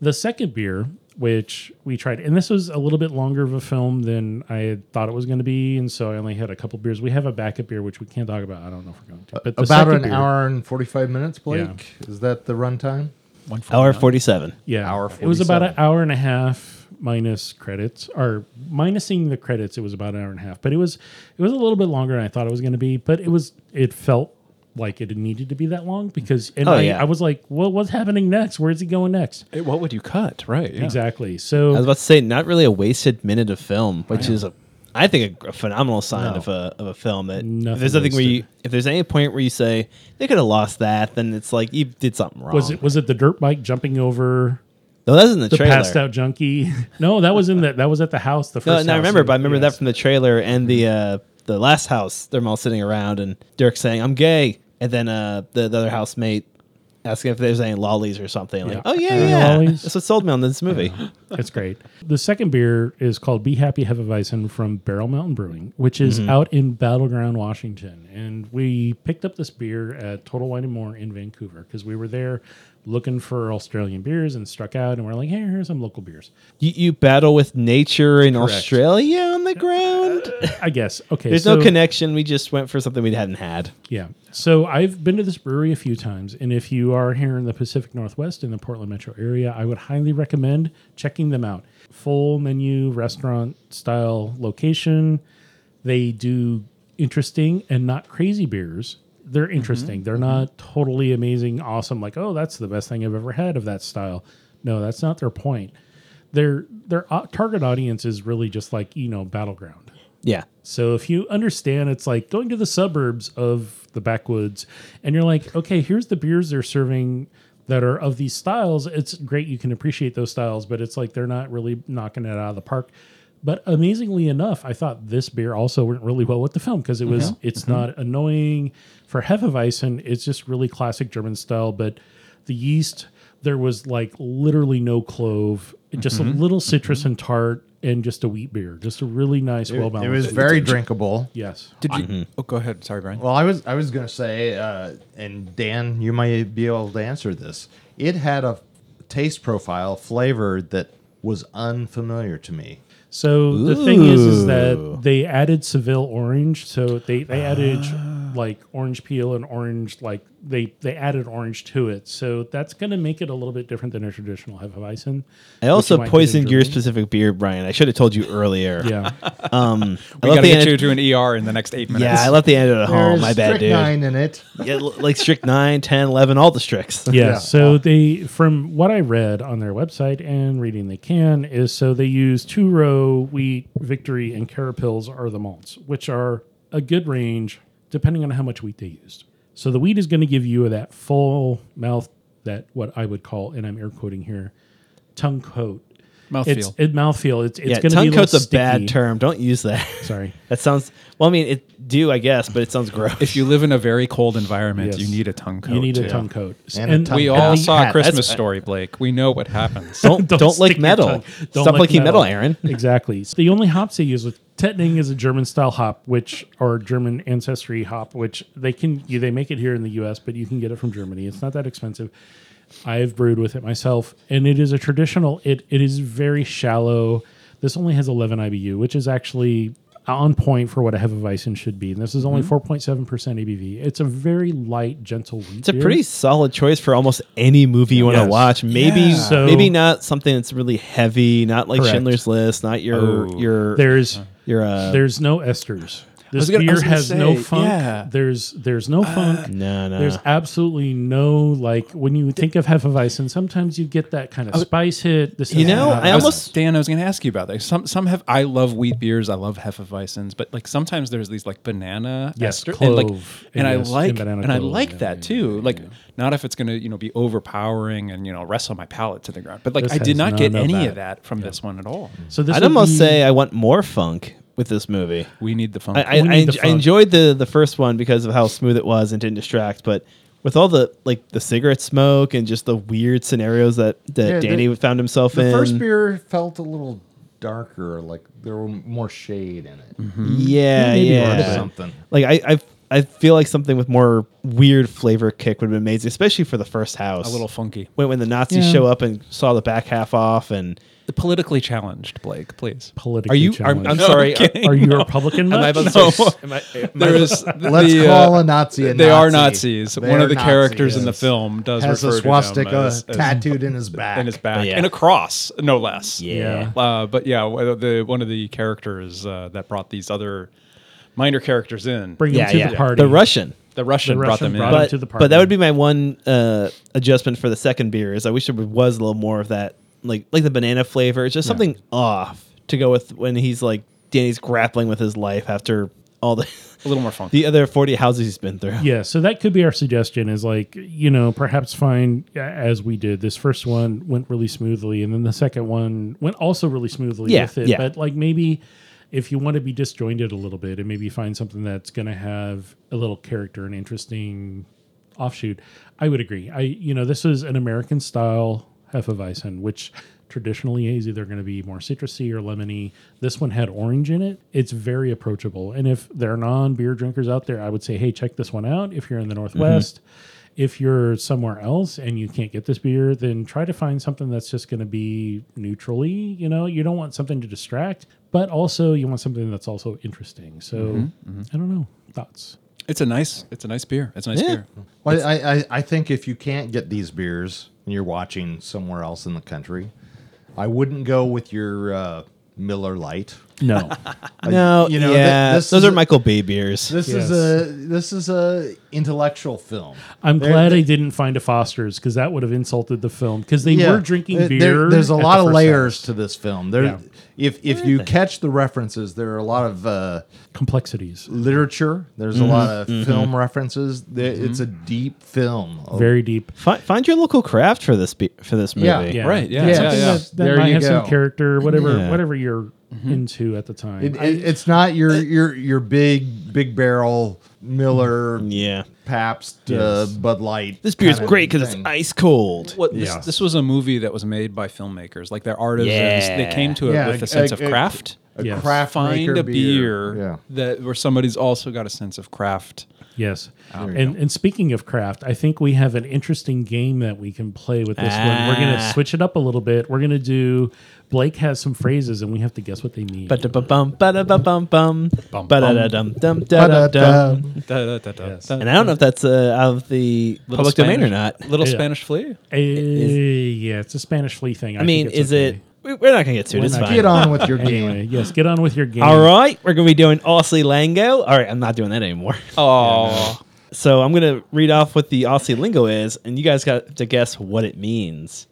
A: the second beer, which we tried, and this was a little bit longer of a film than I had thought it was going to be, and so I only had a couple beers. We have a backup beer which we can't talk about. I don't know if we're going to, but the
D: About
A: second
D: an
A: beer-
D: hour and forty-five minutes, Blake. Is that the runtime?
B: One
C: Hour
B: forty-nine.
C: forty-seven.
A: Yeah,
D: Hour
A: It was about an
D: 47.
A: hour and a half minus credits, or minusing the credits. It was about an hour and a half, but it was it was a little bit longer than I thought it was going to be. But it was it felt like it needed to be that long because and
C: Oh,
A: I,
C: yeah.
A: I was like, well, what's happening next? Where's he going next?
B: Eh, What would you cut? Right. yeah.
A: Exactly. So
C: I was about to say, not really a wasted minute of film, which is a, I think, a, a phenomenal sign
D: No.
C: of a of a film. That if
A: Nothing
C: there's nothing where you,
A: wasted.
C: if there's any point where you say they could have lost that, then it's like you did something wrong.
A: was it was it the dirt bike jumping over
C: No, that was in the,
A: the
C: trailer.
A: passed out junkie? no, that was in that that was at the house. The
C: No,
A: first.
C: and I
A: house.
C: remember, but I remember
A: Yes.
C: that from the trailer and the uh, the last house. They're all sitting around, and Dirk saying, "I'm gay," and then uh, the, the other housemate asking if there's any lollies or something. Like,
A: Yeah.
C: oh yeah,
A: Any
C: yeah,
A: lollies?
C: that's what sold me on this movie.
A: That's great. The second beer is called Be Happy Hefeweizen from Barrel Mountain Brewing, which is
C: Mm-hmm.
A: out in Battleground, Washington. And we picked up this beer at Total Wine and More in Vancouver because we were there looking for Australian beers and struck out. And we're like, hey, here's some local beers.
C: You, you battle with nature in
B: Correct.
C: Australia on the ground.
A: I guess. Okay.
C: There's
A: so-
C: no connection. We just went for something we hadn't had.
A: Yeah. So I've been to this brewery a few times, and if you are here in the Pacific Northwest in the Portland metro area, I would highly recommend checking them out. Full menu restaurant style location. They do interesting and not crazy beers. They're interesting. They're not totally amazing, awesome, like, oh, that's the best thing I've ever had of that style. No, that's not their point. Their their uh, target audience is really just like, you know, battleground.
C: Yeah.
A: So if you understand, it's like going to the suburbs of the backwoods, and you're like, okay, here's the beers they're serving that are of these styles. It's great you can appreciate those styles, but it's like they're not really knocking it out of the park. But amazingly enough, I thought this beer also went really well with the film because it was
D: Mm-hmm.
A: it's not annoying for Hefeweizen. It's just really classic German style, but the yeast there was like literally no clove, just a
D: Mm-hmm.
A: little citrus and tart, and just a wheat beer, just a really nice, well
D: It
A: balanced.
D: was very drinkable.
A: Yes.
B: Did you?
C: Mm-hmm.
B: Oh, go ahead. Sorry, Brian.
D: Well, I was I was gonna say, uh, and Dan, you might be able to answer this. It had a taste profile, flavor that was unfamiliar to me.
A: So the thing is, is that they added Seville orange. So they they added
C: Ah.
A: like orange peel and orange like they they added orange to it. So that's gonna make it a little bit different than a traditional hefeweizen.
C: I also
A: might get in
C: poisoned your
A: Germany.
C: specific beer, Brian. I should have told you earlier.
A: Yeah.
C: I
B: We
C: left
B: gotta
C: the
B: get you
C: end-
B: to an ER in the next eight minutes.
C: yeah, I left the end at home.
D: There's
C: Oh, My bad, dude.
D: strychnine in it.
C: Yeah, l- like strict 9, 10, 11, all the stricts.
A: yeah.
D: Yeah.
A: So they, from what I read on their website and reading they can, is so they use two row wheat, victory, and carapils are the malts, which are a good range depending on how much wheat they used. So the wheat is going to give you that full mouth, that what I would call, and I'm air quoting here, tongue coat.
B: Mouthfeel.
A: It's it mouthfeel. It's it's
C: Yeah,
A: going to be
C: tongue
A: a little
C: coat's a bad
A: sticky.
C: term. Don't use that.
A: Sorry.
C: That sounds, well, I mean, it do, I guess, but it sounds gross.
B: If you live in a very cold environment,
A: Yes.
B: you need a tongue coat.
A: You need a
B: too.
A: tongue coat.
D: And a tongue
B: We
D: coat.
B: all
D: Yeah.
B: saw
D: Yeah,
B: a Christmas
C: Oh, that's-
B: story, Blake. We know what happens.
C: don't, don't,
A: stick
C: like
A: your
C: metal.
A: tongue- don't
C: Stop
A: lick
C: liking metal, Aaron.
A: Exactly. So the only hops they use with Tetning is a German style hop, which or German ancestry hop, which they can you, they make it here in the U.S., but you can get it from Germany. It's not that expensive. I've brewed with it myself, and it is a traditional. It it is very shallow. This only has 11 IBU, which is actually on point for what a Hefeweizen should be. And this is
C: Mm-hmm.
A: only 4.7% ABV. It's a very light, gentle wheat.
C: It's a pretty solid choice for almost any movie you want to
A: Yes.
C: watch. Maybe
B: Yeah.
A: So-
C: maybe not something that's really heavy, not like
A: Correct.
C: Schindler's List, not your
B: Oh.
C: your
A: There's
C: your uh,
A: There's no esters. This
B: was gonna- I
A: beer
B: was gonna
A: has no
B: say,
A: funk.
B: yeah. Uh,
A: There's there's no funk.
C: no no.
A: There's absolutely no like when you think of Hefeweizen, sometimes you get that kind of spice hit. This
C: You
A: is
C: know,
A: not
C: I
A: it.
B: was-
C: almost-
B: Dan, I was going to ask you about that. Some some have. I love wheat beers. I love hefeweizens, but like sometimes there's these like banana
A: Yes,
B: and like,
A: clove,
B: and I
A: yes, and
B: like and,
A: banana
B: I
A: clove,
B: like
A: yeah,
B: that too. like not if it's going to you know be overpowering and you know wrestle my palate to the ground. But like
A: This
B: I
A: has
B: did not
A: none
B: get
A: of
B: any
A: that.
B: of that from this one at all.
A: so this
C: I'd
A: would
C: almost
A: be-
C: say I want more funk with this movie.
B: We need the funk.
C: I I,
A: We
C: I,
A: need the
C: en- I
A: funk.
C: enjoyed the the first one because of how smooth it was and didn't distract, but with all the like the cigarette smoke and just the weird scenarios that that
D: Yeah, the-
C: Danny found himself
D: The
C: in.
D: first beer felt a little darker, like there were more shade in
C: Mm-hmm.
D: it,
C: yeah,
A: Maybe
C: yeah,
A: more
D: or
A: Yeah.
D: something.
C: Like I, I, I feel like something with more weird flavor kick would have been amazing, especially for the first house.
B: a little funky.
C: when, when the Nazis
A: Yeah.
C: show up and saw the back half off, and
B: The politically challenged, Blake. Please.
A: politically
C: Are you- are-
A: challenged.
C: I'm sorry,
A: Are,
B: kidding.
A: you a Republican?
C: Am I
A: much?
C: about to
A: No.
C: say- am I- am I-
B: There is
D: Let's
B: the, uh,
D: call a Nazi a
B: They are
D: Nazi.
B: Nazis.
D: They
B: One
D: are
B: of the characters in the
D: Nazis.
B: film does
D: Has a
B: refer to
D: swastika
B: them as, as
D: tattooed in his back.
B: in his back
C: yeah.
B: and a cross, no less.
A: Yeah.
B: Uh, but yeah, w- the one of the characters uh, that brought these other minor characters in,
A: Bring
C: yeah,
A: them to
C: yeah,
A: the party.
C: the Russian.
B: the Russian,
A: The
B: brought
A: Russian
B: them
A: brought
B: in.
A: him
C: But,
A: to the
C: but that would
A: party.
C: be my one uh, adjustment for the second beer is I wish there was a little more of that, like like the banana flavor. It's just something off to go with when he's like Danny's grappling with his life after all the
B: a little more funky.
C: the other forty houses he's been through.
A: Yeah, so that could be our suggestion is like, you know, perhaps find as we did. This first one went really smoothly, and then the second one went also really smoothly
C: Yeah,
A: with it.
C: yeah.
A: But like maybe if you want to be disjointed a little bit and maybe find something that's going to have a little character and interesting offshoot. I would agree. I you know this is an American style hefeweizen, which traditionally is either going to be more citrusy or lemony. This one had orange in it. It's very approachable. And if there are non beer drinkers out there, I would say, hey, check this one out. If you're in the
C: Mm-hmm.
A: Northwest. If you're somewhere else and you can't get this beer, then try to find something that's just going to be neutrally. You know, you don't want something to distract, but also you want something that's also interesting. So
D: Mm-hmm,
A: I don't know thoughts.
B: It's a nice. It's a nice beer. It's a nice
C: Yeah.
B: beer.
D: Well, I, I, I think if you can't get these beers and you're watching somewhere else in the country, I wouldn't go with your uh, Miller Light.
A: No,
C: no,
D: you know, thi-
C: yeah,
D: this
C: those
D: is
C: are
D: a-
C: Michael Bay beers.
D: This
A: Yes.
D: is a this is a intellectual film.
A: I'm
D: There-
A: glad
D: there-
A: I didn't find a Foster's because that would have insulted the film because they
D: Yeah.
A: were drinking
D: There-
A: beer.
D: there's a
A: at
D: lot
A: the
D: of
A: first
D: layers
A: house.
D: to this film. There,
A: Yeah.
D: if if you catch the references, there are a lot of uh,
A: complexities.
D: literature. There's
A: Mm-hmm.
D: a lot of film references. There, It's a deep film.
A: Very deep.
C: Fi- find your local craft for this be- for this movie.
D: Yeah.
A: Yeah.
B: Right, yeah,
A: It's
B: yeah,
A: something
B: yeah.
A: That, that
D: There
A: might
D: you
A: have some
D: go. Mm-hmm.
A: character, whatever,
C: Yeah.
A: whatever you're into at the time.
D: It, it, it's not your your your big big barrel Miller
A: Mm-hmm.
C: Yeah.
D: Pabst uh, Bud Light.
C: This beer is
D: kinda
C: great because it's
D: thing.
C: ice cold.
B: What, this,
D: Yeah.
B: this was a movie that was made by filmmakers. Like they're artisans. They
C: Yeah.
B: came to it
D: Yeah,
B: with
D: a-
B: a sense
D: a-
B: of
D: a-
B: craft.
D: A
A: Yes.
D: craft
B: Find
D: maker
B: a beer,
D: Yeah.
B: that where somebody's also got a sense of craft.
A: yes. And and speaking of craft, I think we have an interesting game that we can play with this one. We're
C: Ah.
A: gonna switch it up a little bit. We're gonna do. Blake has some phrases, and we have to guess what they mean.
C: Ba-da-ba-bum, ba-da-ba-bum, bum,
B: bum.
C: ba-da-da-dum, dum, da-dum-dum.
D: Ba-da-da.
B: Da, da, da, da,
A: Yes.
B: da.
C: And I don't know if that's uh, out of the
B: Little
C: public domain or
B: Spanish-
C: not.
B: Little
A: Yeah.
B: Spanish flea.
A: Eh, yeah, it's a Spanish flea thing.
C: I mean, is it? we- We're not gonna get to it.
A: We're
C: It's
A: not
C: fine.
D: Get on with your game.
A: Anyway, yes. Get on with your game.
C: All right, we're gonna be doing Aussie Lingo. All right, I'm not doing that anymore.
B: Oh,
C: So I'm gonna read off what the Aussie Lingo is, and you guys got to guess what it means.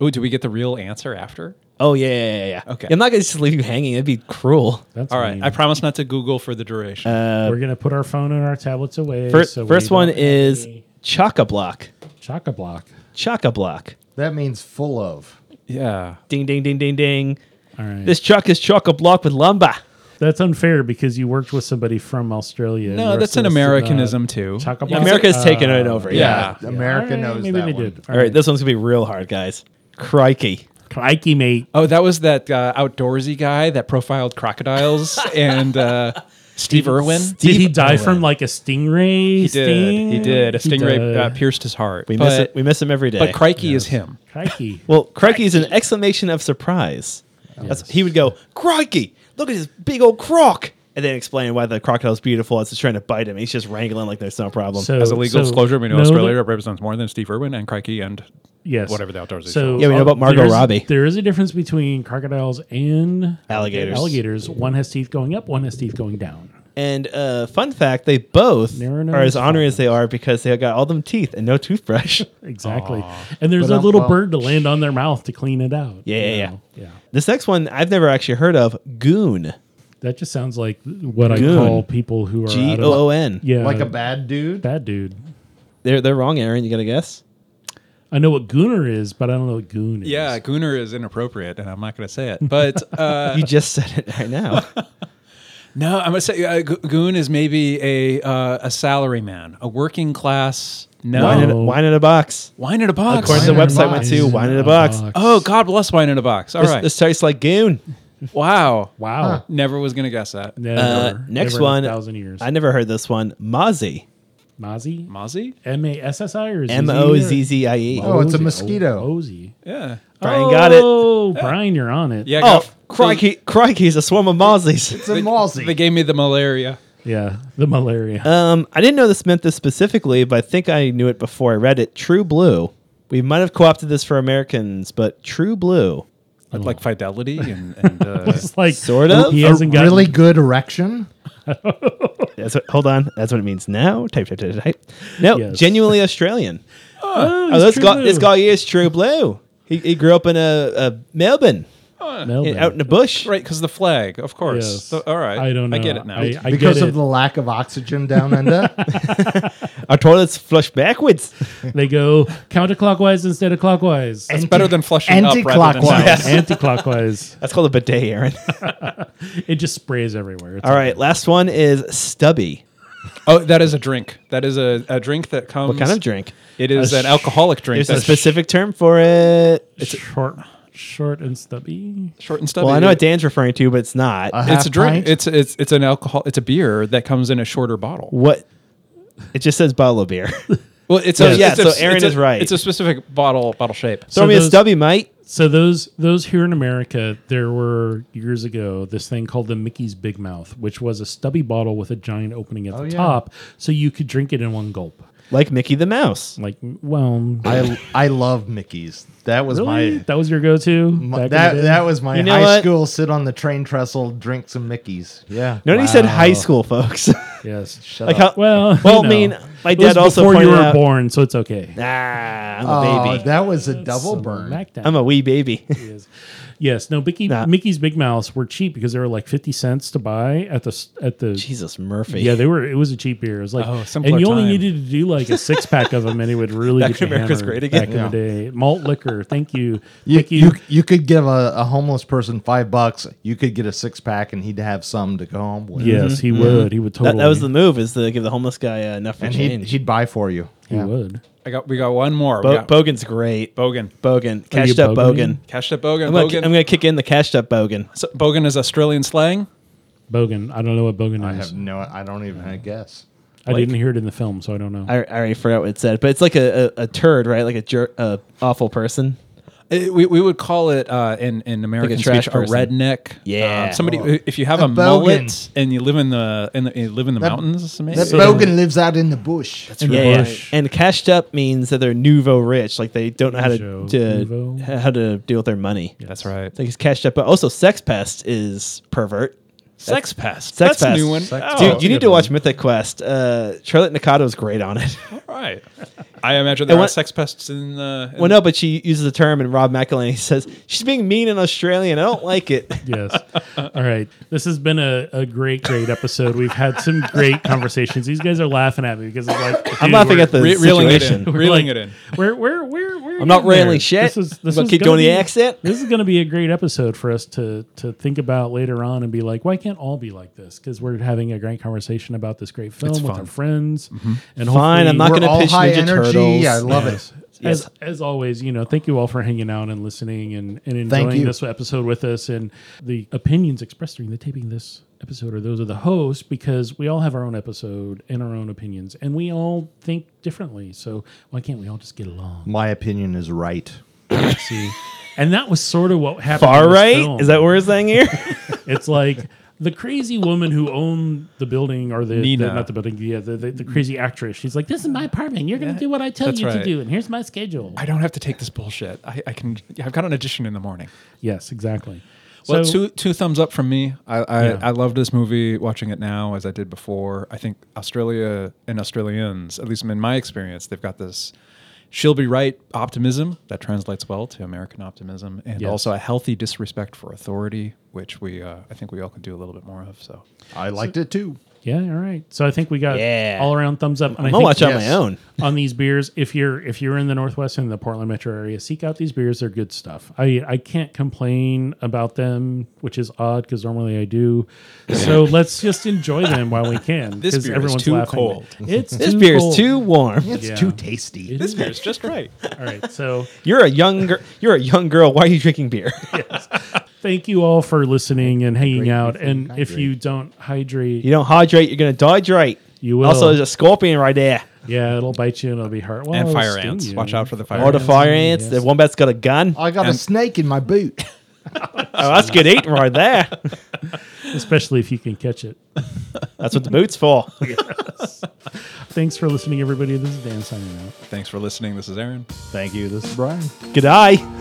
B: oh, do we get the real answer after?
C: Oh yeah, yeah, yeah, yeah.
B: Okay.
C: I'm not gonna just leave you hanging. That'd be cruel.
A: That's
B: All right,
A: mean.
B: I promise not to Google for the duration.
A: We're gonna put our phone and our tablets away.
C: First,
A: so we
C: first one
A: don't have
C: is
A: any
C: Chaka Block.
A: Chaka Block.
C: Chaka Block.
D: That means full of.
B: yeah,
C: Ding, ding, ding, ding, ding.
A: All right,
C: This truck is Chaka Block with lumber.
A: that's unfair because you worked with somebody from Australia. and the
B: no,
A: rest
B: that's
A: of
B: an
A: us did not.
B: Americanism too.
A: Chaka Block.
C: America's
A: Uh,
C: taking it over. Yeah.
B: yeah.
A: yeah.
D: America
A: All right,
D: knows
A: Maybe
D: that
A: they
D: one.
A: did.
C: All right, this one's gonna be real hard, guys. Crikey.
A: crikey, mate.
B: Oh, that was that uh, outdoorsy guy that profiled crocodiles and uh, Steve Irwin.
A: Did he
C: Steve
A: die
C: Irwin.
A: from like a stingray?
B: He did. He did. A stingray
A: did.
B: uh, pierced his heart.
C: We
B: but,
C: miss it. We miss him every day.
B: But Crikey is him.
A: Crikey.
C: Well, crikey is an exclamation of surprise. That's, he would go, Crikey, look at this big old croc. And then explain why the crocodile's beautiful as it's just trying to bite him. He's just wrangling like there's no problem.
A: So-
B: As a legal
A: so
B: disclosure, we know
A: no,
B: Australia
A: the-
B: represents more than Steve Irwin and Crikey and
A: yes.
B: whatever the outdoorsy.
A: So
C: Yeah, we know
A: uh,
C: about Margot
A: there's-
C: Robbie.
A: There is a difference between crocodiles and
C: Alligators.
A: Alligators. One has teeth going up. One has teeth going down.
C: and uh, fun fact, they both
A: Narrow
C: are as
A: nose
C: ornery as they are because they got all them teeth and no toothbrush.
A: Exactly. And there's a
D: Ba-dum-bum.
A: little bird to land on their mouth to clean it out.
C: um, Yeah, yeah,
A: know? yeah.
C: this next one I've never actually heard of, Goon.
A: That just sounds like what I
C: Goon.
A: call people who are out
C: G
A: of-
C: O O N.
A: Yeah,
D: Like a bad dude.
A: bad dude.
C: They're, they're wrong, Aaron. You got to guess?
A: I know what gooner is, but I don't know what goon is.
B: yeah, Gooner is inappropriate, and I'm not going to say it. But uh,
C: You just said it right now.
B: no, I'm going to say uh, Go- Goon is maybe a uh, a salary man, a working class. No,
C: wine,
B: wine
C: in
B: in
C: a,
A: No.
C: wine in a box.
B: a, box.
C: According to the
D: Wine in a
C: website, went
D: box.
C: to wine in a box.
B: oh, God bless wine in a box. All
C: This,
B: right,
C: this tastes like Goon.
B: wow,
A: Wow.
B: never was going to guess that.
A: Never,
C: Uh, next
A: never in
C: one,
A: A thousand years.
C: I never heard this one. Mozzie.
A: Mozzie?
B: Mozzie?
A: M A S S I or
C: M O Z Z I E.
D: Oh, it's a mosquito.
A: Mozzie.
B: Yeah,
C: Brian got it. Uh,
A: Oh, Brian, you're on it.
B: yeah.
C: Oh,
B: got-
C: crikey, crikey's a swarm of mozzies.
D: It's a
B: They,
D: Malsey.
B: they gave me the malaria.
A: Yeah. The malaria.
C: Um, I didn't know this meant this specifically, but I think I knew it before I read it. True Blue. We might have co opted this for Americans, but True Blue. Oh.
B: Like fidelity and, and uh,
A: it's like
C: sort of?
A: He
D: a
A: hasn't gotten
D: really good erection.
C: That's what, hold on. That's what it means now. Type, type, type, type, type. No,
A: Yes.
C: genuinely Australian.
A: Oh,
C: Oh,
A: it's
C: this
A: true
C: guy,
A: blue.
C: this guy is True Blue. He, he grew up in a, a Melbourne,
A: Melbourne.
C: out in the bush.
B: right because the flag, of course.
A: Yes.
B: So- all right,
A: I don't know.
B: I get it now.
A: I, I
D: because
A: get
D: of
A: it.
D: the lack of oxygen down under.
C: Our toilets flush backwards.
A: they go counterclockwise instead of clockwise.
B: It's better than flushing up. Rather than
D: Anti-clockwise.
B: down.
D: Yes.
A: Anti-clockwise.
C: That's called a bidet, Aaron.
A: It just sprays everywhere. It's
C: All right, last one is Stubby.
B: Oh, that is a drink. That is a, a drink that comes.
C: What kind of drink?
B: It is
A: A
B: an
A: sh-
B: alcoholic drink.
C: There's a
B: That's
C: specific term for it.
A: It's short, short and stubby.
B: short and stubby.
C: Well, I know what Dan's referring to, but it's not.
D: Uh,
B: it's a
D: Half
B: drink.
D: pint?
B: It's it's it's an alcohol. It's a beer that comes in a shorter bottle.
C: what? It just says bottle of beer.
B: Well, it's
C: Yeah,
B: a,
C: yeah,
B: it's a-
C: so
B: it's
C: Aaron
B: a-
C: is right.
B: It's a specific bottle bottle shape.
C: Throw me
A: those-
C: a stubby, mate.
A: So those those here in America, there were years ago this thing called the Mickey's Big Mouth, which was a stubby bottle with a giant opening at the
D: Oh, yeah.
A: top, so you could drink it in one gulp.
C: Like Mickey the Mouse.
A: Like, well,
D: I I love Mickey's. That was
A: really?
D: my.
A: that was your go-to. back
D: my-
A: in
D: that
A: the day?
D: that was my
C: You know
D: high
C: what?
D: school sit on the train trestle drink some Mickey's yeah
C: Nobody said high
D: Wow.
C: school, folks.
A: yes.
D: Shut
C: like
D: up.
C: how?
A: Well,
C: Well,
A: you
C: I mean,
A: know,
C: my
A: it was
C: dad also
A: before
C: pointed
A: you were
C: out.
A: born, so it's okay.
C: Nah, I'm a
D: Oh,
C: baby.
D: that was a double burn.
A: Smackdown.
C: I'm a wee baby.
A: is. Yes, no, Mickey,
C: Nah.
A: Mickey's Big Mouths were cheap because they were like fifty cents to buy at the s- at the.
C: Jesus Murphy.
A: Yeah, they were. It was a cheap beer. It was like,
B: Oh,
A: and
B: simpler
A: you only
B: time.
A: needed to do like a six pack of them, and it would really
B: Back
A: get
B: in
A: you
B: America's
A: hammered
B: great again.
A: Back in the day, malt liquor. Thank you,
D: You,
A: Mickey.
D: you you could give a, a homeless person five bucks. You could get a six pack, and he'd have some to go home with.
A: yes, he
D: Mm-hmm.
A: would. He would
C: that,
A: totally.
C: that was the move is to give the homeless guy uh, enough for
D: and he'd,
C: change.
D: he'd buy for you.
A: He would.
B: I got we got one more.
C: Bo-
B: we got
C: Bogan's great.
B: Bogan.
C: Bogan. Cashed up
A: Bogan?
C: Bogan.
B: Cashed up Bogan.
C: I'm gonna,
B: Bogan.
C: ki- I'm gonna kick in the cashed up Bogan.
B: So Bogan is Australian slang.
A: Bogan. I don't know what Bogan
D: I
A: is.
D: have no. I don't even I guess.
A: I didn't hear it in the film, so I don't know.
C: I, I already forgot what it said, but it's like a, a, a turd, right? Like a jerk, uh, awful person.
B: It- Uh, we, we would call it uh, in in American
C: trash
B: speech a
C: person.
B: redneck.
C: Yeah.
B: Um, somebody
D: Oh.
B: if you have a,
D: A
B: mullet
D: Bogan.
B: and you live in the in the you live in the
D: That-
B: mountains. Maybe.
D: That Bogan lives out in the bush.
A: In the bush.
C: And cashed up means that they're nouveau rich, like they don't know how to,
A: Nouveau,
C: to
A: nouveau.
C: how to deal with their money.
B: That's right.
C: Like it's cashed up, but also sex pest is pervert.
B: Sex pest.
C: Sex
B: That's a new
C: pest.
B: one.
D: Sex
B: Oh,
D: pest.
C: Dude,
B: that's a
C: you need
B: good
C: to
B: one.
C: watch Mythic Quest. Uh, Charlotte Nakato's great on it.
B: Right. I imagine there
C: And
B: are
C: what-
B: sex pests in the. in
C: well, no, but she uses the term, and Rob McElhenney says she's being mean and Australian. I don't like it.
A: yes. All right. This has been a, a great, great episode. We've had some great conversations. These guys are laughing at me because it's like
C: I'm
A: dude,
C: laughing
A: we're-
C: at the
B: re- reeling it in.
C: situation.
A: we're
B: Reeling
A: like-
B: it in.
A: We're we're we're we're.
C: I'm not
A: getting there.
C: railing shit.
A: This is this
C: I'm gonna
A: is
C: keep
A: gonna
C: going to the
A: be-
C: accent.
A: This is going to be a great episode for us to to think about later on and be like, why can't all be like this? Because we're having a great conversation about this great film with
B: fun.
A: our friends. And
C: Mm-hmm. Fine,
A: hopefully-
C: I'm not going
D: We're
C: to
D: all
C: pitch
D: high
C: Ninja
D: energy.
C: Turtles.
D: I love
A: Yes.
D: it.
A: As, as always, you know, thank you all for hanging out and listening and, and
D: Thank
A: enjoying
D: you.
A: this episode with us. And the opinions expressed during the taping of this episode are those of the host because we all have our own episode and our own opinions and we all think differently. So why can't we all just get along?
D: My opinion is right.
A: See? And that was sort of what happened.
C: Far
A: in this
C: right?
A: film.
C: Is that what we're saying here?
A: It's like the crazy woman who owned the building or the, the-
B: Nina.
A: not the building, yeah, the, the, the crazy actress. She's like, this is my apartment. You're going to do what I tell
B: that's
A: you
B: right.
A: to do. And here's my schedule.
B: I don't have to take this bullshit. I, I can. I've got an audition in the morning.
A: yes, exactly.
B: Well,
A: So-
B: two two thumbs up from me. I I,
A: Yeah.
B: I love this movie. Watching it now as I did before. I think Australia and Australians, at least in my experience, they've got this. She'll be right optimism that translates well to American optimism, and
A: Yes.
B: also a healthy disrespect for authority, which we uh, I think we all could do a little bit more of. So
A: Oh,
D: I liked it too.
A: Yeah, all right. So I think we got
C: Yeah.
A: all around thumbs up. And
C: I'm
A: I
C: going to
A: think
C: watch on my
D: yes.
C: own.
A: on these beers, if you're if you're in the Northwest and the Portland metro area, seek out these beers. They're good stuff. I I can't complain about them, which is odd because normally I do. So let's just enjoy them while we can.
B: This
A: 'cause
B: beer is
A: everyone's
B: too
A: laughing.
B: cold.
A: It's
C: This
A: too
C: beer is
A: cold.
C: too warm.
D: It's
A: Yeah.
D: too tasty.
A: It is.
B: beer's just right.
A: All right. So
C: You're a young girl. You're a young girl. Why are you drinking beer?
A: thank you all for listening and hanging out. And if you don't hydrate,
C: You don't hydrate. You're going to dehydrate.
A: You will.
C: Also, there's a scorpion right there.
A: yeah, it'll bite you and it'll be hard. Well,
B: and
A: it'll
B: fire
A: sting
B: ants.
A: you.
B: Watch out for the fire.
C: Or the
B: ants.
C: fire ants.
A: yes.
C: The wombat's got a gun. Oh,
D: I got a snake in my boot.
C: that's good eating right there.
A: especially if you can catch it.
C: That's what the boot's for.
A: Thanks for listening, everybody. This is Dan signing out.
B: Thanks for listening. This is Aaron.
D: Thank you. This is Brian.
C: Good eye.